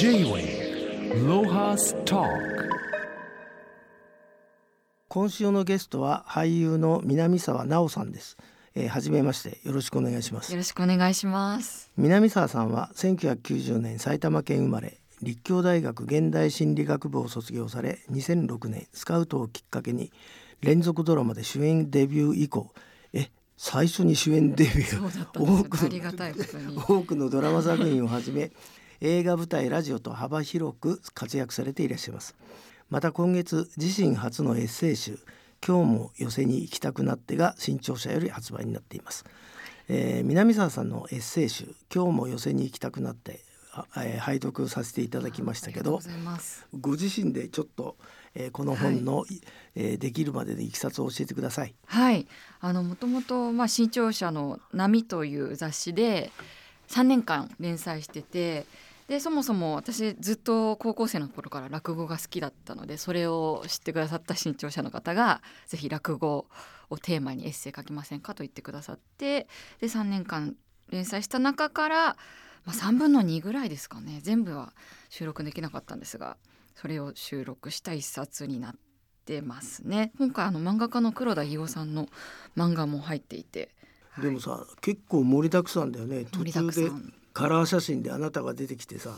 J-Way ロハスターク今週のゲストは俳優の南沢奈緒さんです、えー、初めましてよろしくお願いしますよろしくお願いします。南沢さんは1990年埼玉県生まれ立教大学現代心理学部を卒業され2006年スカウトをきっかけに連続ドラマで主演デビュー以降え最初に主演デビそュうだったんーですよ多くありがたいことにの多くのドラマ作品をはじめ映画舞台ラジオと幅広く活躍されていらっしゃいますまた今月自身初のエッセイ集「今日も寄せに行きたくなって」が新潮社より発売になっています、えー南沢さんのエッセイ集「今日も寄せに行きたくなって」あえー拝読させていただきま したけありがとうどございます。ご自身でちょっと、えーこの本の、えーできるまでのいきさつを教えてください。はい、あのもともとまあ新潮社の波という雑誌で3年間連載してて。でそもそも私ずっと高校生の頃から落語が好きだったのでそれを知ってくださった新潮社の方がぜひ落語をテーマにエッセイ書きませんかと言ってくださってで3年間連載した中から、まあ、3分の2ぐらいですかね全部は収録できなかったんですがそれを収録した一冊になってますね今回あの漫画家の黒田伊夫さんの漫画も入っていて、はいでもさ結構盛りだくさんだよね途盛りだくさ中でんカラー写真であなたが出てきて さ、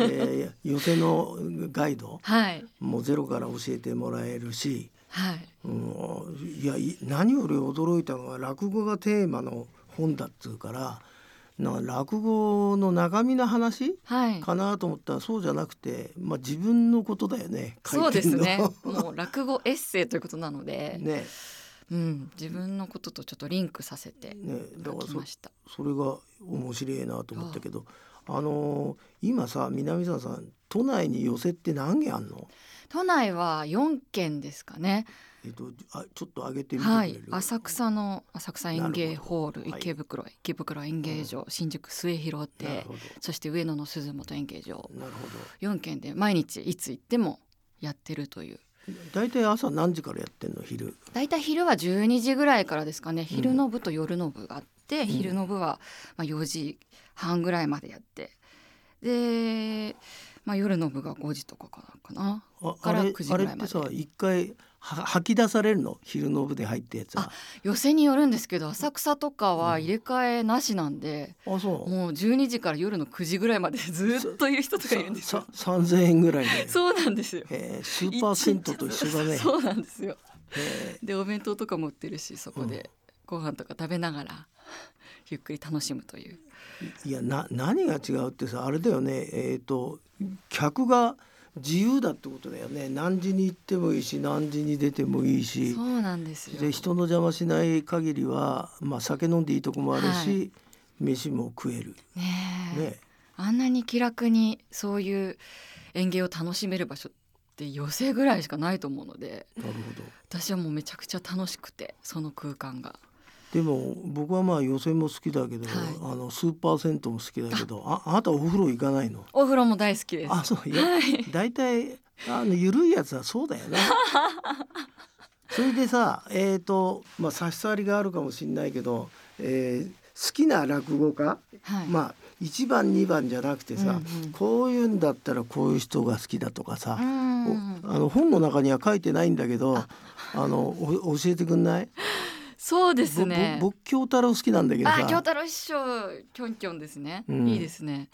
えー寄せのガイドはいもうゼロから教えてもらえるし、はいうん、いやい何より驚いたのは落語がテーマの本だっつうからなんか落語の中身の話はいかなと思ったらそうじゃなくて、まあ、自分のことだよねそうですね書いもう落語エッセイということなのてで、んの ねうん、自分のこととちょっとリンクさせてねだか書らきそましたそれが面白いなと思ったけどあのー今さ南沢さん都内に寄せって何軒あんの都内は4軒ですかねえっと、あちょっと上げてみてくはれいる、浅草の浅草園芸ホーなルるほど池袋、池袋園芸場、新宿末広なる亭ほそして上野の鈴本演芸場どなるほ4軒で毎日いつ行ってもやってるというど大体朝何時からやってんの昼大体昼は12時ぐらいからですかね昼の部と夜の部があって、昼の部はまあ4時半ぐらいまでやってで、まあ、夜の部が5時とかかなかなああかられ9時あぐれらいっまでてさ一回は吐き出されるの昼の部で入ったやつは寄せによるんですけど浅草とかは入れ替えなしなんで、あそうもう12時から夜の9時ぐらいまで ずっといる人とかいるんですよさ3000円ぐらいで、 そうなんですよえースーパー銭湯と一緒だね、そうなんですよえでお弁当とかも売ってるしそこでご飯とか食べながら ゆっくり楽しむというーいやな何が違うってさあれだよねえっ、と客が自由だってことだよね何時に行ってもいいし何時に出てもいいしそうなんですよで人の邪魔しない限りは、まあ、酒飲んでいいとこもあるし、はい飯も食える、ねえね、あんなに気楽にそういう園芸を楽しめる場所って寄せぐらいしかないと思うのでなるほど私はもうめちゃくちゃ楽しくてその空間がでも僕はまあ予選も好きだけど、はあいのスーパー銭湯も好きだけどああなたお風呂行かないのお風呂も大好きですあそういや大体あの緩いやつはそうだよ ねそれでさえっ、とまあ差し障りがあるかもしれないけど、えー好きな落語家、はい、まあ1番2番じゃなくてさ、うんうんこういうんだったらこういう人が好きだとかさ、うんおあの本の中には書いてないんだけど、あのお教えてくんない？そう ですねぼぼ僕京太郎好きなんだけどあ、京さ、太郎師匠キョンキョンですね、うんいいですね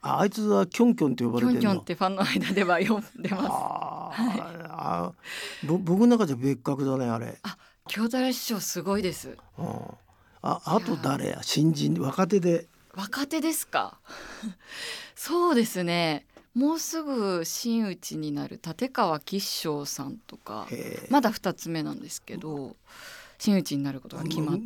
ああいつはキョンキョンって呼ばキれョてンるキョンのっ。てファンの間では呼んでますあーあー、ぼ僕の中じゃ別格だねあれ。あ、京太郎師匠すごいですうん、ああと誰や新人若手で若手ですか そうですねもうすぐ真打ちになる立川吉祥さんとかえーまだ二つ目なんですけど真打ちになることが決まっ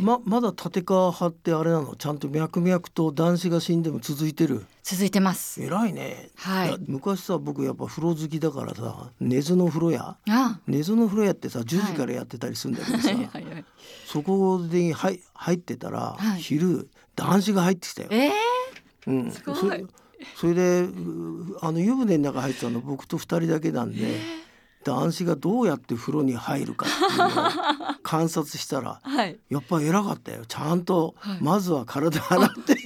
まままだ立川派ってあれなのちゃんと脈々と男子が死んでも続いてる続いてます偉いね、はいや昔さ僕やっぱ風呂好きだからさ根津の風呂屋あ根津の風呂屋ってさ10時からやってたりするんだけどはさ、いはいはいそこで入入ってたら、はい昼男子が入ってきたよ。えー、うん、すごいそれそれでうあの湯船の中入ってたの僕と2人だけなんで、男子がどうやって風呂に入るかっていうのを観察したらはいやっぱ偉かったよちゃんとはい まずは体洗って、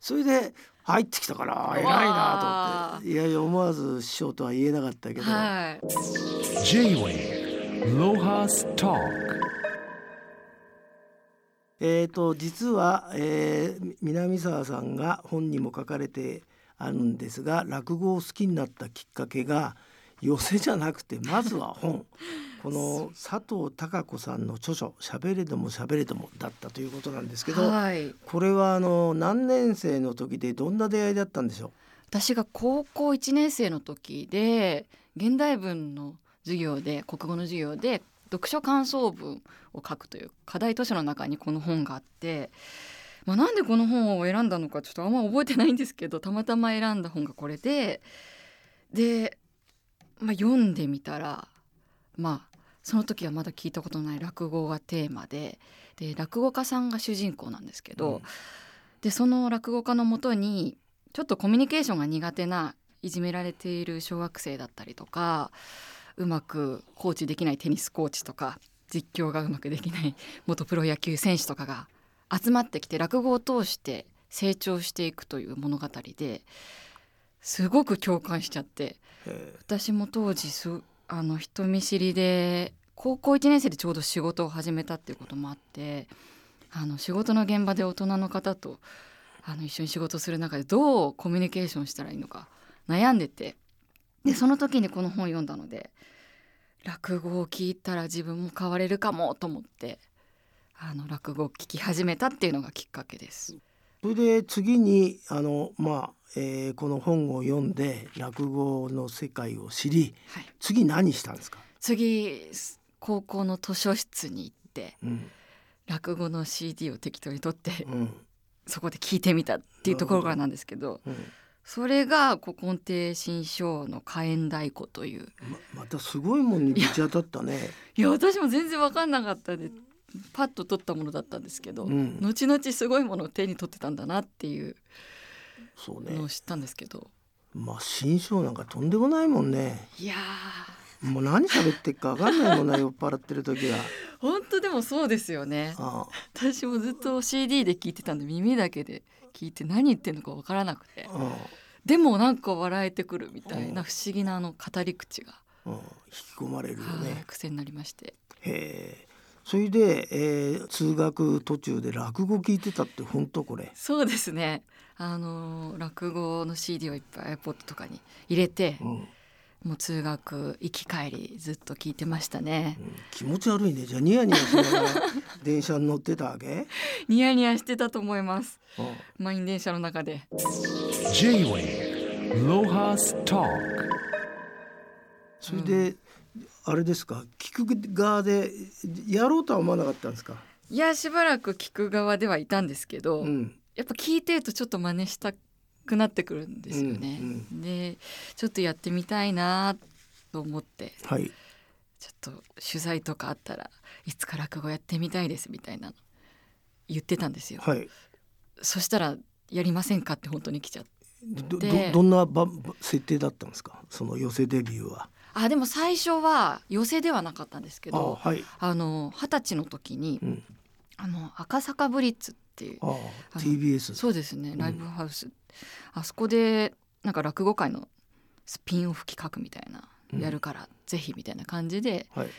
それで入ってきたから偉いなと思っていやいや思わず師匠とは言えなかったけど、はい。 J-Wave Lohas Talk えー、と実は、えー南沢さんが本にも書かれてあるんですが落語を好きになったきっかけが寄せじゃなくてまずは 本この佐藤孝子さんの著書「しゃべれどもしゃべれども」だったということなんですけど、はい。これはあの何年生の時でどんな出会いだったんでしょう私が高校1年生の時で現代文の授業で国語の授業で読書感想文を書くという課題図書の中にこの本があって、まあ、なんでこの本を選んだのかちょっとあんま覚えてないんですけどたまたま選んだ本がこれでで、まあ、読んでみたらまあその時はまだ聞いたことのない落語がテーマでで落語家さんが主人公なんですけうど、んでその落語家のもとにちょっとコミュニケーションが苦手ないじめられている小学生だったりとかうまくコーチできないテニスコーチとか実況がうまくできない 元プロ野球選手とかが集まってきて落語を通して成長していくという物語ですごく共感しちゃってえ私も当時すあの人見知りで高校1年生でちょうど仕事を始めたっていうこともあってあの仕事の現場で大人の方とあの一緒に仕事する中でどうコミュニケーションしたらいいのか悩んでてでその時にこの本読んだので落語を聞いたら自分も変われるかもと思ってあの落語を聞き始めたっていうのがきっかけです。それで次にあの、まあえーこの本を読んで落語の世界を知りはい、次何したんですか、次高校の図書室に行ってうん落語の CD を適当に取ってうんそこで聞いてみたっていうところからなんですけどうんそれが古今亭新章の火炎太鼓というままたすごいもんにぶち当たったね。いや私も全然分かんなかったんでパッと取ったものだったんですけど、うん、後々すごいものを手に取ってたんだなっていうそうねのを。知ったんですけど、まあ新章なんかとんでもないもんね。いやもう何喋ってっかわかんないもんな酔っ払ってる時は。ー本当でもそうですよねああ私もずっと CD で聞いてたんで耳だけで聞いて何言ってんのか分からなくてあでもなんか笑えてくるみたいなうん不思議なあの語り口が、あ、うん、引き込まれるよはいね。癖になりましてへえ。それで、えー、通学途中で落語聞いてたって本当これ。そうですね。あの落語の CD をいっぱい iPod とかに入れて、うん、うん、もう通学行き帰りずっと聞いてましたね。気持ち悪いね。じゃあニヤニヤしながら電車に乗ってた わけ。ニヤニヤしてたと思います。うん満員電車の中で。 J-Wave Lohas Talk それで、あれですか。聞く側でやろうとは思わなかったんですか。いやしばらく聞く側ではいたんですけど、うん。やっぱ聞いてるとちょっと真似したくなってくるんですよね。うんでちょっとやってみたいなと思ってはい。ちょっと取材とかあったらいつか落語やってみたいですみたいなの言ってたんですよ。はい。そしたらやりませんかって本当に来ちゃってどどでどんなばば設定だったんですかその寄せデビューは。あでも最初は寄席ではなかったんですけあどはい。あの二十歳の時にうん、あの赤坂ブリッツっていうああの TBS。そうですねライブハウス、あそこでなんか落語界のスピンオフ企画みたいなうんやるからぜひみたいな感じではい。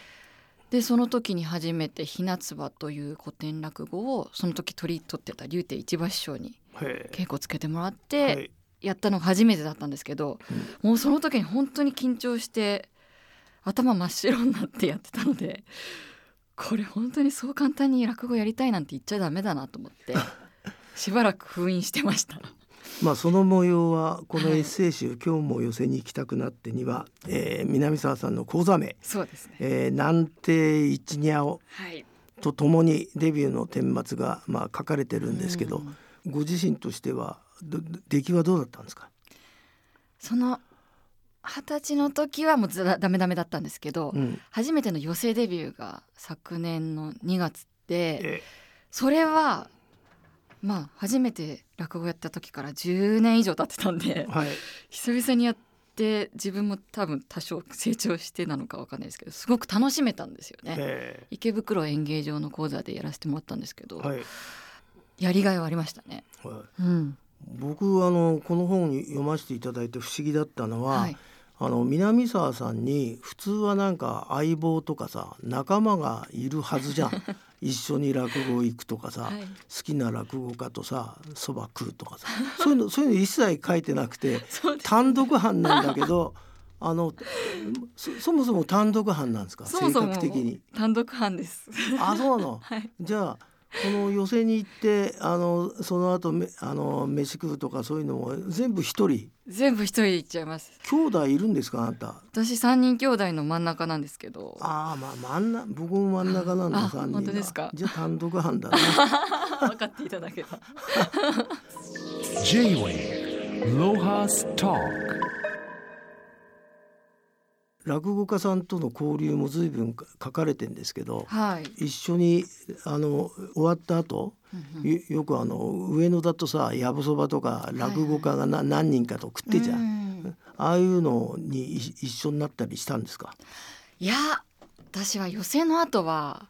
でその時に初めて「ひなつば」という古典落語をその時取り取ってた竜亭一馬師匠にへ稽古つけてもらっえ。て、はい。やったのが初めてだったんですけど、もうその時に本当に緊張して頭真っ白になってやってたのでこれ本当にそう簡単に落語やりたいなんて言っちゃダメだなと思って しばらく封印してました。まあその模様はこのはいエッセイ集、今日も寄せに行きたくなってには、えー、南沢さんの講座名、そうですね、えー、南帝一にゃおはい、とともにデビューの顛末がまあ書かれてるんですけど、ご自身としてはどど出来はどうだったんですか。その二十歳の時はもうずらダメダメだったんですけど、うん。初めての寄席デビューが昨年の2月で。えそれはまあ初めて落語やった時から10年以上経ってたんではい。久々にやって自分も多分多少成長してなのかわかんないですけどすごく楽しめたんですよね。え池袋演芸場の講座でやらせてもらったんですけど、ーはい。やりがいはありましたね。はい。うん、僕あのこの本読ませていただいて不思議だったのは、はいあの南沢さんに普通はなんか相棒とかさ仲間がいるはずじゃ ん一緒に落語行くとかさ、はい好きな落語家とさそば食うとかさそういうのそういうの一切書いてなくてそうです単独犯なんだけ どあのそそもそも単独犯なんですかそもそも性格的 に。単独犯です。 あそうなの、じゃあこの寄席に行ってあのその後めあの飯食うとかそういうのも全部一人全部一人で行っちゃいます。兄弟いるんですかあなた私三人兄弟の真ん中なんですけど。あ、ああまあ真ん中僕も真ん中なんだあ三人が本当ですかじゃあ単独犯だね 分かっていただけた。 J-Wave Lohas Talk 落語家さんとの交流も随分か書かれてんですけど はい。一緒にあの終わった後うんよよくあの上野だとさやぶそばとか落語家がな、何人かと食ってじゃん、うんああいうのにい一緒になったりしたんですかいや、私は予選の後は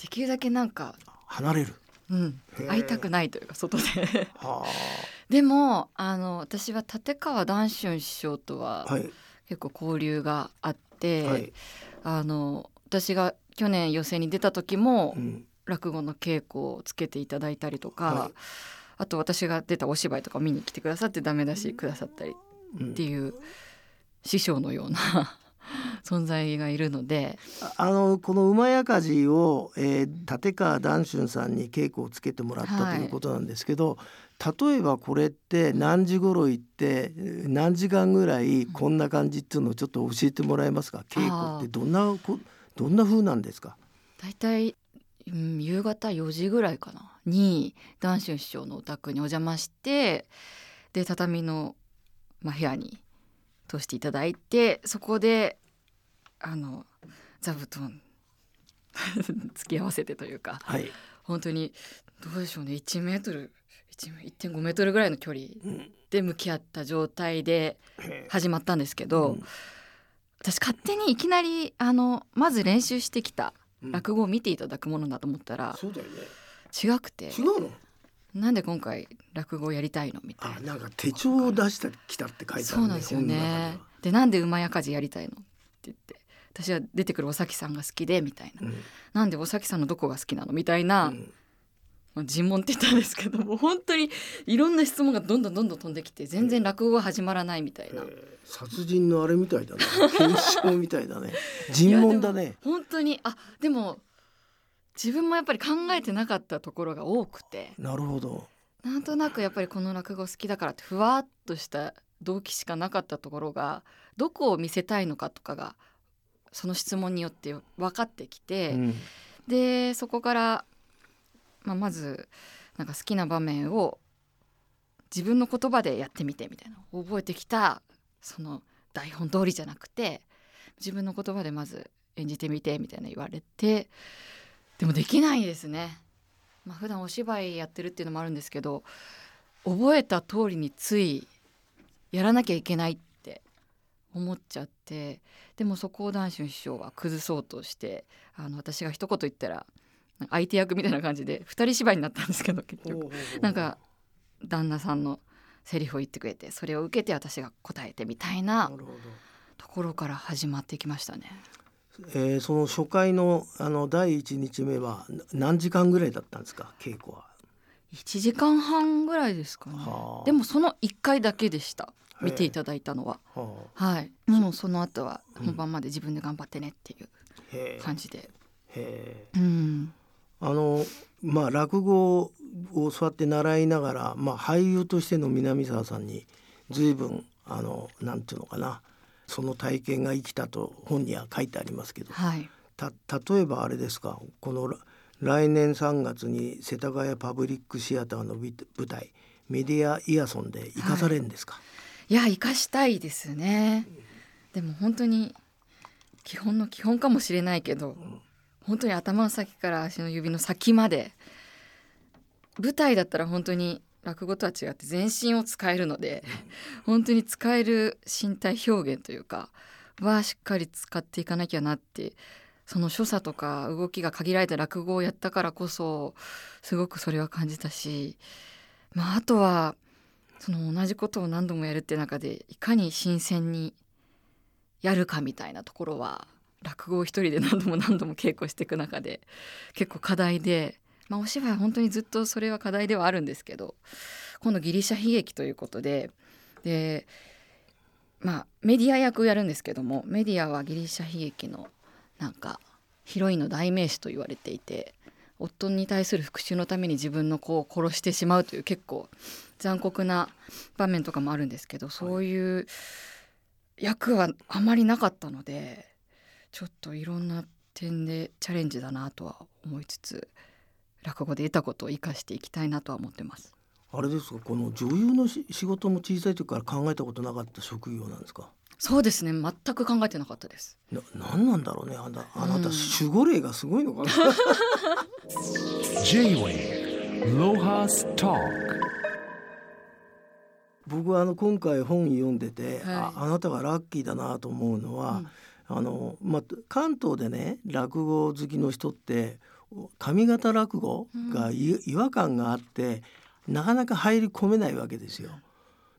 できるだけなんか、離れるうんへえ、会いたくないというか外で。はでもあの私は立川談春師匠とあははい結構交流があって、はい、あの私が去年寄席に出た時もうん、落語の稽古をつけていただいたりとか、はいあと私が出たお芝居とか見に来てくださってダメ出しくださったりうんっていう師匠のような 存在がいるのでああのこの「馬やかじ」を、えー立川談春さんに稽古をつけてもらった、はいということなんですけど例えばこれって何時頃行ってえー何時間ぐらいこんな感じっていうのをちょっと教えてもらえますか稽古ってどんなこどんな風なんですか大体、うん、夕方4時ぐらいかなに談春師匠のお宅にお邪魔してで畳の、まあ、部屋に通していただいてそこであの座布団 付き合わせてというかはい、本当にどうでしょうね1メートル1メ1.5メートルぐらいの距離うんで向き合った状態で始まったんですけうど、ん私勝手にいきなりあのまず練習してきたうん落語を見ていただくものだと思ったらそうだよね違くて違うのなんで今回落語をやりたいのみたいあななんか手帳を出してきたって書いてあるねそうなんですよ本の中にねはでなんで馬やかじやりたいのって言って私は出てくるおさきさんが好きでみたいななんでおさきさんのどこが好きなのみたいな、うんうんまあ、尋問って言ったんですけどもう本当にいろんな質問がどんどんどんどん飛んできて全然落語が始まらないみたいな、えー殺人のあれみたいだね検証みたいだね尋問だね本当にあでも自分もやっぱり考えてなかったところが多くてなるほどなんとなくやっぱりこの落語好きだからってふわっとした動機しかなかったところがどこを見せたいのかとかがその質問によって分かってきて、うんでそこから、まあ、まずなんか好きな場面を自分の言葉でやってみてみたいな覚えてきたその台本通りじゃなくて自分の言葉でまず演じてみてみたいな言われてでもできないですね。まあ普段お芝居やってるっていうのもあるんですけど覚えた通りについやらなきゃいけないって思っちゃってでもそこを談春師匠は崩そうとしてあの私が一言言ったらなんか相手役みたいな感じで二人芝居になったんですけど結局なんか旦那さんのセリフを言ってくれてそれを受けて私が答えてみたいななるほど、ところから始まってきましたね。えー、その初回のあの第一日目はな何時間ぐらいだったんですか稽古は1時間半ぐらいですかねはあでもその1回だけでしたえ見ていただいたのははあはいもうその後はうん本番まで自分で頑張ってねっていうへえ感じで、へえうん、あのまあ落語をそうやって習いながら、まあ、俳優としての南沢さんに随分あのなんていうのかなその体験が生きたと本には書いてありますけどはいた例えばあれですかこのら来年3月に世田谷パブリックシアターの舞舞台「メディア・イヤソン」で生かされるんですか、いや生かしたいですねでも本当に基本の基本かもしれないけど本当に頭の先から足の指の先まで舞台だったら本当に落語とは違って全身を使えるので本当に使える身体表現というかはしっかり使っていかなきゃなってその所作とか動きが限られた落語をやったからこそすごくそれは感じたし、まあ、あとはその同じことを何度もやるって中でいかに新鮮にやるかみたいなところは落語を一人で何度も何度も稽古していく中で結構課題で、まあ、お芝居は本当にずっとそれは課題ではあるんですけど今度ギリシャ悲劇ということでで、まあ、メディア役をやるんですけどもメディアはギリシャ悲劇のなんかヒロインの代名詞と言われていて夫に対する復讐のために自分の子を殺してしまうという結構残酷な場面とかもあるんですけどそういう役はあまりなかったのでちょっといろんな点でチャレンジだなとは思いつつ落語で得たことを生かしていきたいなとは思ってます。あれですかこの女優のし仕事も小さい時から考えたことなかった職業なんですかそうですね全く考えてなかったですな何なんだろうねあなたあなた守うん護霊がすごいのかな J-Way Lohas Talk 僕はあの今回本読んでて、あはあなたがラッキーだなと思うのはうん、あのまあ、関東でね落語好きの人って上方落語がい違和感があってなかなか入り込めないわけですよ。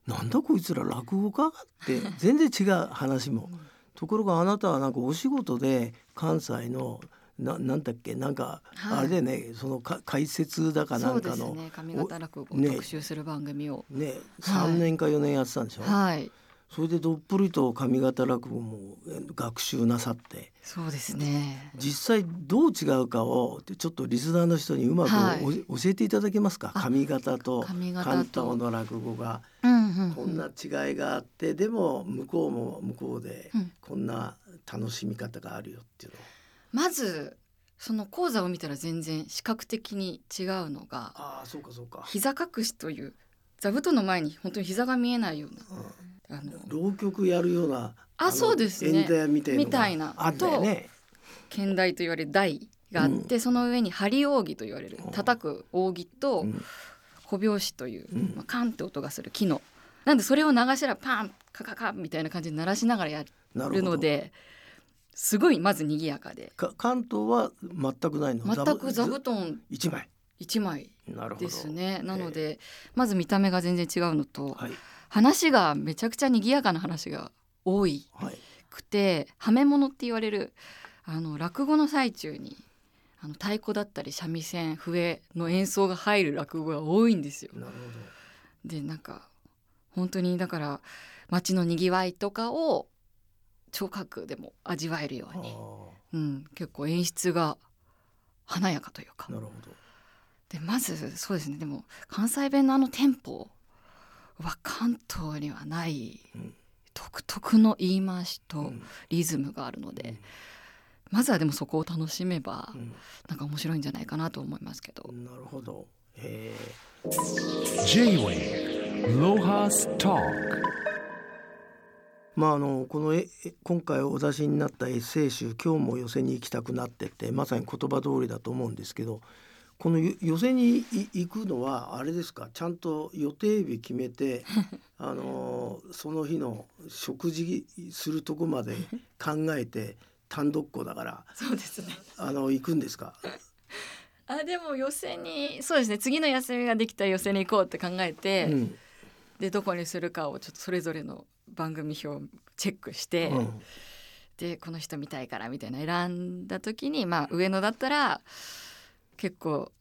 なんだこいつら落語か って全然違う話も。ところがあなたはなんかお仕事で関西のななんだっけなんかはいあれでね、そのか解説だかなそうんでかすのねね上方落語をね特集する番組を、 3年か4年やってたんでしょ、はいそれでどっぷりと上方落語もえ学習なさってそうですね実際どう違うかをちょっとリスナーの人にうまくお、はい教えていただけますかあ上方と上方と関東の落語がうんうんうんこんな違いがあってでも向こうも向こうでうんこんな楽しみ方があるよっていうのまずその講座を見たら全然視覚的に違うのがああそうかそうか、膝隠しという座布団の前に本当に膝が見えないよううなあのん、浪曲やるようなあのそうですね演者みたいなのがみたいなあったよね剣台と言われる台があって、その上に針扇と言われるうん叩く扇と、うん小拍子という、うんまあ、カンって音がする木のなんでそれを流しらパンカカカンみたいな感じで鳴らしながらやなるるほどのですごいまず賑やかでか関東は全くないの全く座ぶ布団一枚1枚なるほどですねなので、まず見た目が全然違うのとはい話がめちゃくちゃ賑やかな話が多いはいくてはめ物って言われるあの落語の最中にあの太鼓だったり三味線笛の演奏が入る落語が多いんですよ。なるほどでなんか本当にだから街のにぎわいとかを聴覚でも味わえるように、あうん、結構演出が華やかというかーなるほでまずそうですねでも関西弁のあのテンポは関東にはないうん独特の言い回しど。うとんリズムがあるので、まずはでもそこを楽しめばうなんか面白いんじゃないかなと思いますけど、んなるほど。へえ。 J-Way Lohas Talk まああのこのええ今回お出しになったエッセイ集「今日も寄せに行きたくなって」ってまさに言葉通りだと思うんですけどこのよ寄せにい行くのはあれですかちゃんと予定日決め てあのその日の食事するとこまで考えて単独校だからそうですねあの行くんですかあでも予選にそうですね次の休みができたら予選に行こうって考えて、うんでどこにするかをちょっとそれぞれの番組表をチェックして、うんでこの人見たいからみたいな選んだ時にまあ上野だったら結構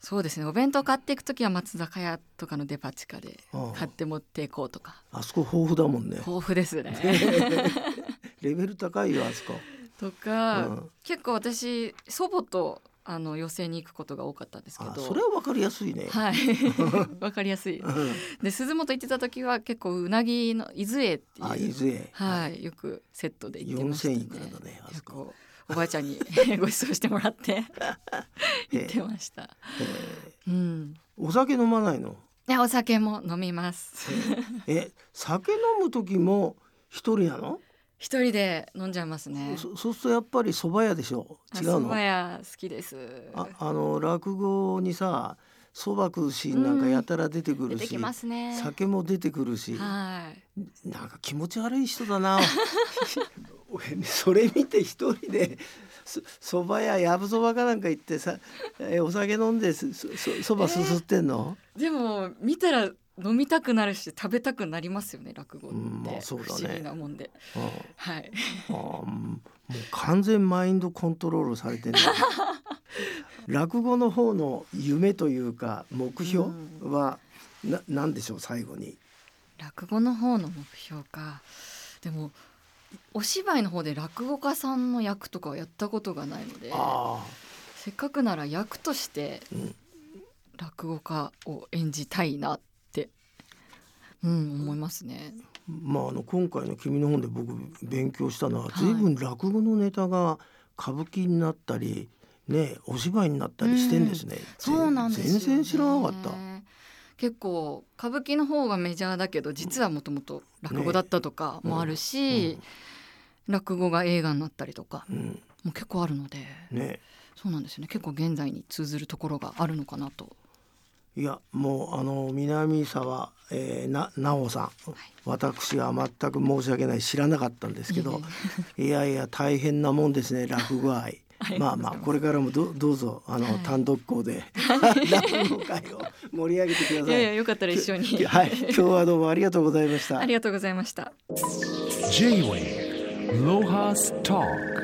そうですねお弁当買っていく時は松坂屋とかのデパ地下でうん買って持っていこうとかあそこ豊富だもんね。豊富ですね。 レベル高いよあそこ。とか、うん結構私祖母とあの寄席に行くことが多かったんですけあどそれはわかりやすいね。はい わかりやすい。うんで鈴本行ってた時は結構うなぎの伊豆へってあい伊う豆へ。はい、よくセットで行ってましたね。 4000いくらだねあそ結こ構おばあちゃんに ご馳走してもらってえ行ってました。ええうん。お酒飲ま ないの。いやお酒も飲みます。え酒飲む時も一人なの？一人で飲んじゃいますね。そそうするとやっぱり蕎麦屋でしょ。違うの蕎麦？屋好きです。ああの落語にさ蕎麦食うシーンなんかやたら出てく出るてし、きますね。酒も出てくるし、はい。なんか気持ち悪い人だな。 俺ねそれ見て一人で。そ蕎麦屋やぶそばかなんか行ってさ、えお酒飲んですそそそばすすってんの、でも見たら飲みたくなるし食べたくなりますよね落語って、うんまあそうだね不思議なもんではいあーもう完全マインドコントロールされてる落語の方の夢というか目標はな何でしょう最後に落語の方の目標かでもお芝居の方で落語家さんの役とかはやったことがないのであせっかくなら役としてうん落語家を演じたいなって、うん、思いますね。あまああの今回の「君の本」で僕勉強したのははい随分落語のネタが歌舞伎になったりねお芝居になったりしてんですね、そうなんですよ、ね、全然知らなかった結構歌舞伎の方がメジャーだけど実はもともと落語だったとかもあるし、落語が映画になったりとかうんも結構あるので、ねそうなんですよね結構現在に通ずるところがあるのかなといやもうあの南沢、えー、な奈緒さん、私は全く申し訳ない知らなかったんですけどいやいや大変なもんですね落語愛 ありがまとあうございますまあこれからもどどうぞあの、はい単独校で 落語会を盛り上げてください。いやいやよかったら一緒に はい今日はどうもありがとうございましたあ。りがとうございました J-Wave Lohas Talk